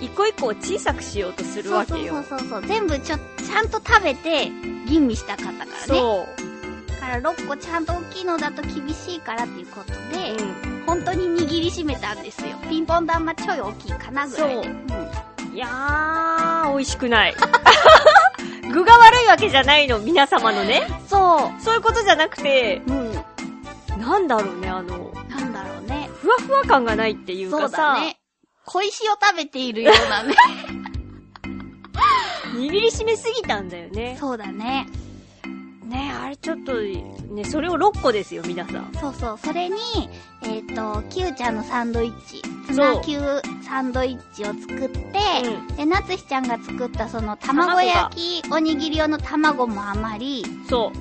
一個一個を小さくしようとするそうわそけうよそうそうそう。全部ちょ、ちゃんと食べて、吟味したかったからね。そうだから6個ちゃんと大きいのだと厳しいからっていうことで、う本当に握りしめたんですよ。ピンポン玉ちょい大きいかなぐらいで。そうんんいやー美味し くない具が悪いわけじゃないの皆様のねそそういうことじゃなくてう。うん。なんだろうねあのなんだろうね。ふわふわ感がないっていうそかうださね。小石を食べているような ね。握りしめすぎたんだよねそうだね。ねあれちょっとねそれを6個ですよ皆さんそうそう。それに、えっ、と、キューちゃんのサンドイッチ、ツそナうキューサンドイッチを作って、うで、なつひちゃんが作ったその卵焼きおにぎり用の卵も余り、そう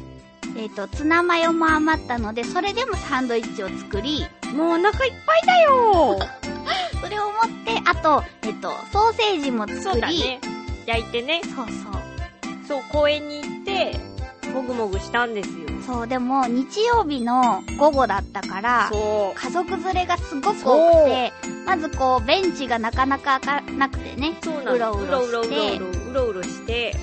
えっ、と、ツナマヨも余ったので、それでもサンドイッチを作り、もうお腹いっぱいだよそれを持って、あと、えっ、と、ソーセージも作り、そうだね。焼いてね。そうそう。そう、公園に行って、もぐもぐしたんですよ。そう、でも、日曜日の午後だったから、そ家族連れがすごく多くて、まずこう、ベンチがなかなか開かなくてね。う。そうなの。うろうろうろうしろてうろうろうろう ろして。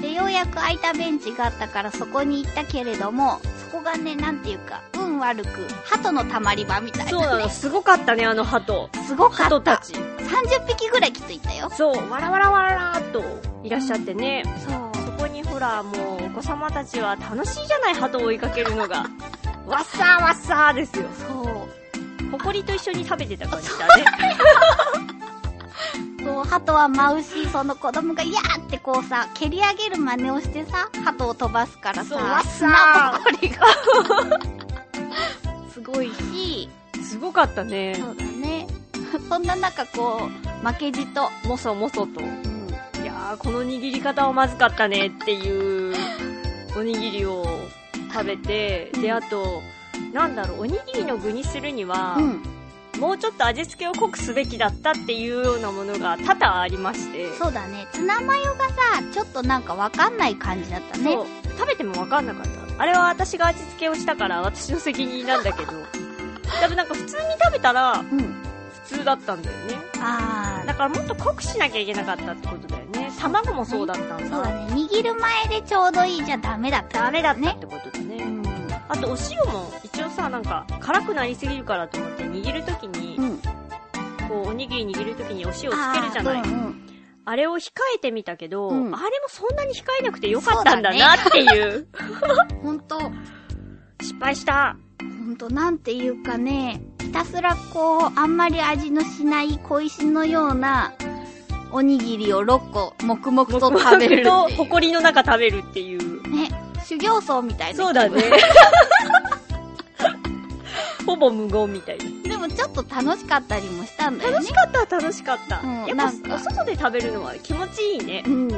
で、ようやく空いたベンチがあったからそこに行ったけれども、そこがね、なんていうか、運悪く、鳩の溜まり場みたいな、ね。そうなの。すごかったね、あの鳩。すごか鳩ったた。ち。 30匹ぐらいきっといたよ。そう、わらわらわらわらっといらっしゃってね。そう。そこにほら、もう、お子様たちは楽しいじゃない、鳩を追いかけるのが。 わっさーわっさーですよ。そう。ほこりと一緒に食べてた感じだね。そう、鳩は舞うし、その子供が、いやーってこうさ、蹴り上げる真似をしてさ、鳩を飛ばすから そうわさ、っさー砂ぼこりが。すごいし、すごかったね。そうだね。 そんな中こう、負けじと、もそもそと。うん、いやー、この握り方はまずかったねっていう、おにぎりを食べて、うんで、あと、なんだろう、おにぎりの具にするには、うん、もうちょっと味付けを濃くすべきだったっていうようなものが多々ありまして、そうだねツナマヨがさちょっとなんかわかんない感じだったねそう食べても分かんなかった。あれは私が味付けをしたから私の責任なんだけど、多分なんか普通に食べたらうん普通だったんだよね。あだからもっと濃くしなきゃいけなかったってことだよね。卵もそうだったーんそうだだ。ね握る前でちょうどいいじゃダメだったダメだったっねてことだねう。んあとお塩も一応さなんか辛くなりすぎるからと思って握るときに、うんこうおにぎり握るときにお塩をつけるあーじゃない、うんうんあれを控えてみたけど、うんあれもそんなに控えなくてよかったんだなっていうほんと、失敗したうんほんと、なんていうかね、ひたすらこう、あんまり味のしない小石のような、おにぎりを6個、黙々僕と食べると、っていう。埃の中食べるっていう。ね、修行僧みたいな。そうだね。 ほぼ無言みたいな。でもちょっと楽しかったりもしたんだよ楽ねし。かったは楽しかった。うんやっなんかぱ、お外で食べるのは気持ちいいね。うん。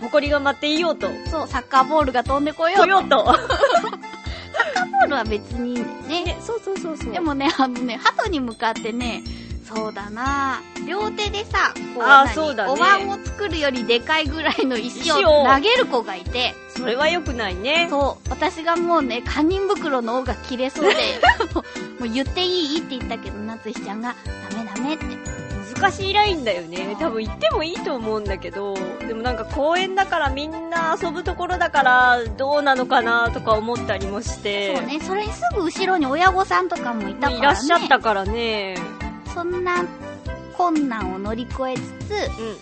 埃が待っていようと、そう、サッカーボールが飛んでこよう。来ようと。ボールは別にいいんだよね。ね、そうそうそうそう。で、もね、あのね、鳩に向かってね、そうだな両手でさ、こうあー何そうだねお椀を作るよりでかいぐらいの石を石を投げる子がいて、それは良くないね。そう、私がもうね、堪忍袋の尾が切れそう で、もうもう言っていいって言ったけど、夏日ちゃんが、ダメダメって。難しいラインだよね。多分行ってもいいと思うんだけど、でもなんか公園だからみんな遊ぶところだから、どうなのかなとか思ったりもして。そうね、それにすぐ後ろに親御さんとかもいたから、ね、いらっしゃったからね。そんな困難を乗り越えつつ、う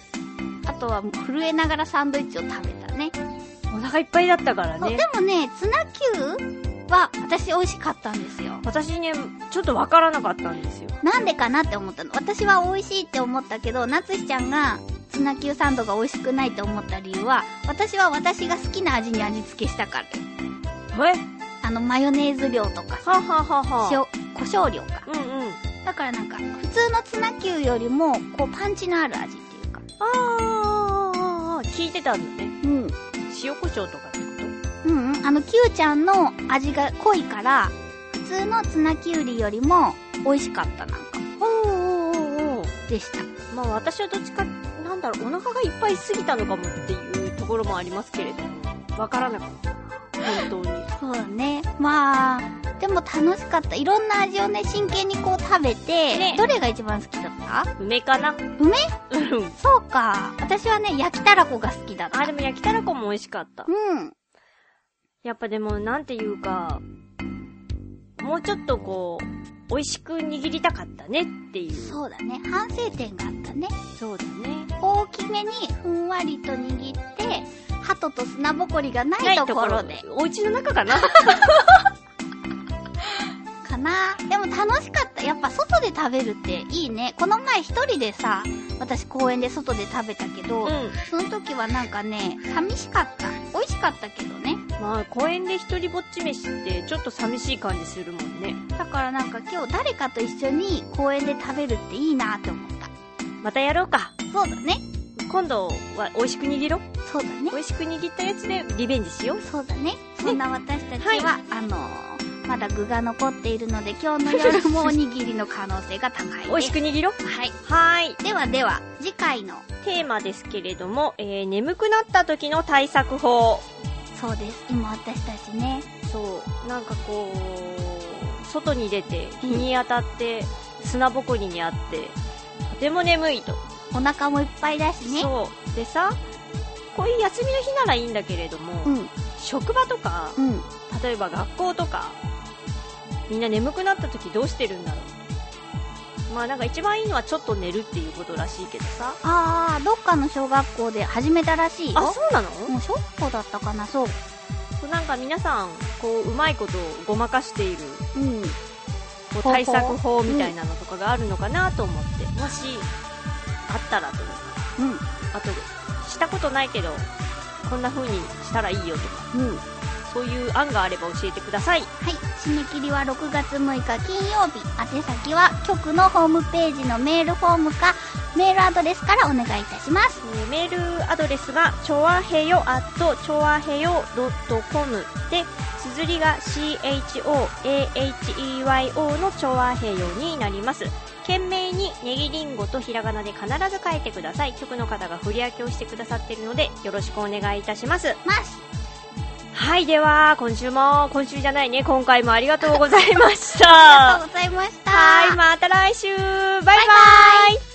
あとは震えながらサンドイッチを食べたね。ん。お腹いっぱいだったからそうねで。もね、ツナキューは私美味しかったんですよ。私ね、ちょっとわからなかったんですよ。なんでかなって思ったの。私は美味しいって思ったけど、なつひちゃんがツナキューサンドが美味しくないって思った理由は、私は私が好きな味に味付けしたからよ。えあの、マヨネーズ量とか、はあ、はあはあはあ、塩、胡椒量か。うんうん。だからなんか、普通のツナキューよりも、こう、パンチのある味っていうか。あー、聞いてたんだね。うん。塩胡椒とかってこうんうん、あの、キューちゃんの味が濃いから、普通のツナキュウリよりも美味しかったなんか、とおーおーおーおー。でした。まあ私はどっちか、なんだろう、お腹がいっぱいすぎたのかもっていうところもありますけれども、わからなかった。本当に。そうだね。まあ、でも楽しかった。いろんな味をね、真剣にこう食べて、ねどれが一番好きだった梅かな梅うん。そうか。私はね、焼きたらこが好きだった。あ、でも焼きたらこも美味しかった。うん。やっぱでも、なんていうか、もうちょっとこう、美味しく握りたかったねっていう。そうだね。反省点があったね。そうだね。大きめにふんわりと握って、鳩と砂ぼこりがないところで。お家の中か なかなでも楽しかった。やっぱ外で食べるっていいね。この前一人でさ、私公園で外で食べたけど、うん。その時はなんかね、寂しかった。美味しかったけどね。まあ、公園で一人ぼっち飯って、ちょっと寂しい感じするもんね。だからなんか今日誰かと一緒に公園で食べるっていいなって思った。またやろうか。そうだね。今度は美味しく握ろう。そうだね美。味しく握ったやつでリベンジしよう。そうだね。そんな私たちは、あのーまだ具が残っているので、今日の夜もおにぎりの可能性が高いです。美味しく握ろう。はい。はーい。ではでは、次回の、テーマですけれども、えー、眠くなった時の対策法。そうです。今私たちね、そうなんかこう外に出て日に当たって砂ぼこりにあってとても眠いと、お腹もいっぱいだしね。そうでさこういう休みの日ならいいんだけれども、うん、職場とかうん。例えば学校とかみんな眠くなった時どうしてるんだろうまあなんか一番いいのはちょっと寝るっていうことらしいけどさあー、どっかの小学校で始めたらしいよ。あそうなの、もう小学校だったかな、そう。そうなんか皆さんこううまいことをごまかしているうん。こう方法対策法みたいなのとかがあるのかなと思って、もしあったらとあとしたことないけどこんな風にしたらいいよとかうん。うん。はい。そういう案があれば教えてください締め切りは6月6日金曜日。宛先は局のホームページのメールフォームか、メールアドレスからお願いいたします。えーメールアドレスがちょわへよ at ちょわへよ .com で綴りが CHOAHEYO のちょわへよになります懸命にネギリンゴとひらがなで必ず書いてください局の方が振り分けをしてくださっているのでよろしくお願いいたしますます。はい、では、今週も、今週じゃないね、今回もありがとうございましありが とた。うございました。はい、また来週バイバイバイバイ